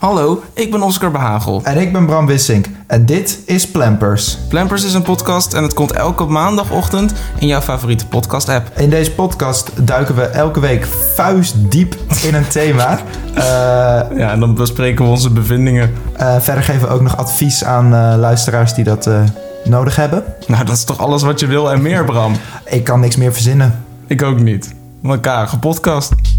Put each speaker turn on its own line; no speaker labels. Hallo, ik ben Oscar Behagel.
En ik ben Bram Wissink en dit is Plampers.
Plampers is een podcast en het komt elke maandagochtend in jouw favoriete podcast-app.
In deze podcast duiken we elke week vuistdiep in een thema. Eh,
Ja, en dan bespreken we onze bevindingen.
eh, verder geven we ook nog advies aan eh, luisteraars die dat eh, nodig hebben.
Nou, dat is toch alles wat je wil en meer, Bram?
Ik kan niks meer verzinnen.
Ik ook niet. Een karige podcast.